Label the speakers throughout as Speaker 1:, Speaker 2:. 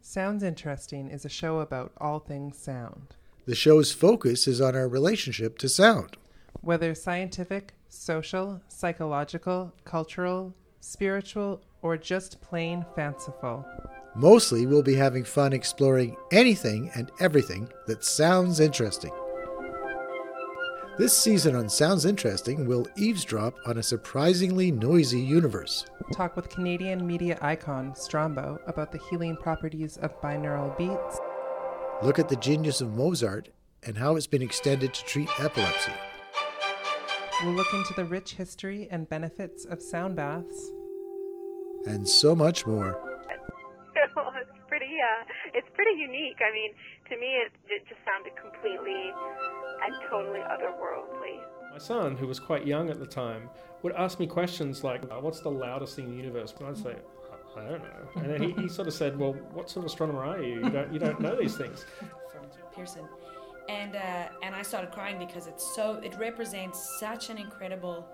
Speaker 1: Sounds Interesting is a show about all things sound,
Speaker 2: The show's focus is on our relationship to sound.
Speaker 1: whether scientific, social, psychological, cultural, spiritual, or just plain fanciful.
Speaker 2: Mostly, we'll be having fun exploring anything and everything that sounds interesting. This season on Sounds Interesting, we'll eavesdrop on a surprisingly noisy universe.
Speaker 1: Talk with Canadian media icon Strombo about the healing properties of binaural beats.
Speaker 2: Look at the genius of Mozart and how it's been extended to treat epilepsy.
Speaker 1: We'll look into the rich history and benefits of sound baths.
Speaker 2: and so much more.
Speaker 3: So it's pretty, uh, it's pretty unique. I mean, to me, it, it just sounded completely and totally otherworldly.
Speaker 4: My son, who was quite young at the time, would ask me questions like, "Uh, What's the loudest thing in the universe? And I'd say, "Uh, "I- I don't know. And then he, he sort of said, Well, what sort of astronomer are you? You don't, you don't know these things.
Speaker 5: from Pearson, and uh, and I started crying because it's so it represents such an incredible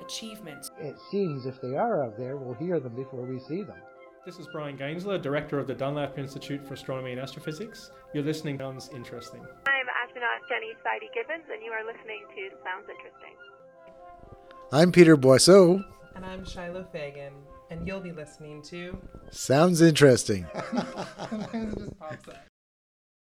Speaker 5: achievement.
Speaker 6: It seems if they are out there, we'll hear them before we see them.
Speaker 4: This is Brian Gainsler, director of the Dunlap Institute for Astronomy and Astrophysics. You're listening to Sounds Interesting.
Speaker 3: I'm astronaut Jenny Sidey Gibbons, and you are listening to Sounds Interesting.
Speaker 2: I'm Peter Boisseau.
Speaker 1: And I'm Shiloh Fagan, and you'll be listening to.
Speaker 2: Sounds interesting.
Speaker 1: Sometimes it just pops up.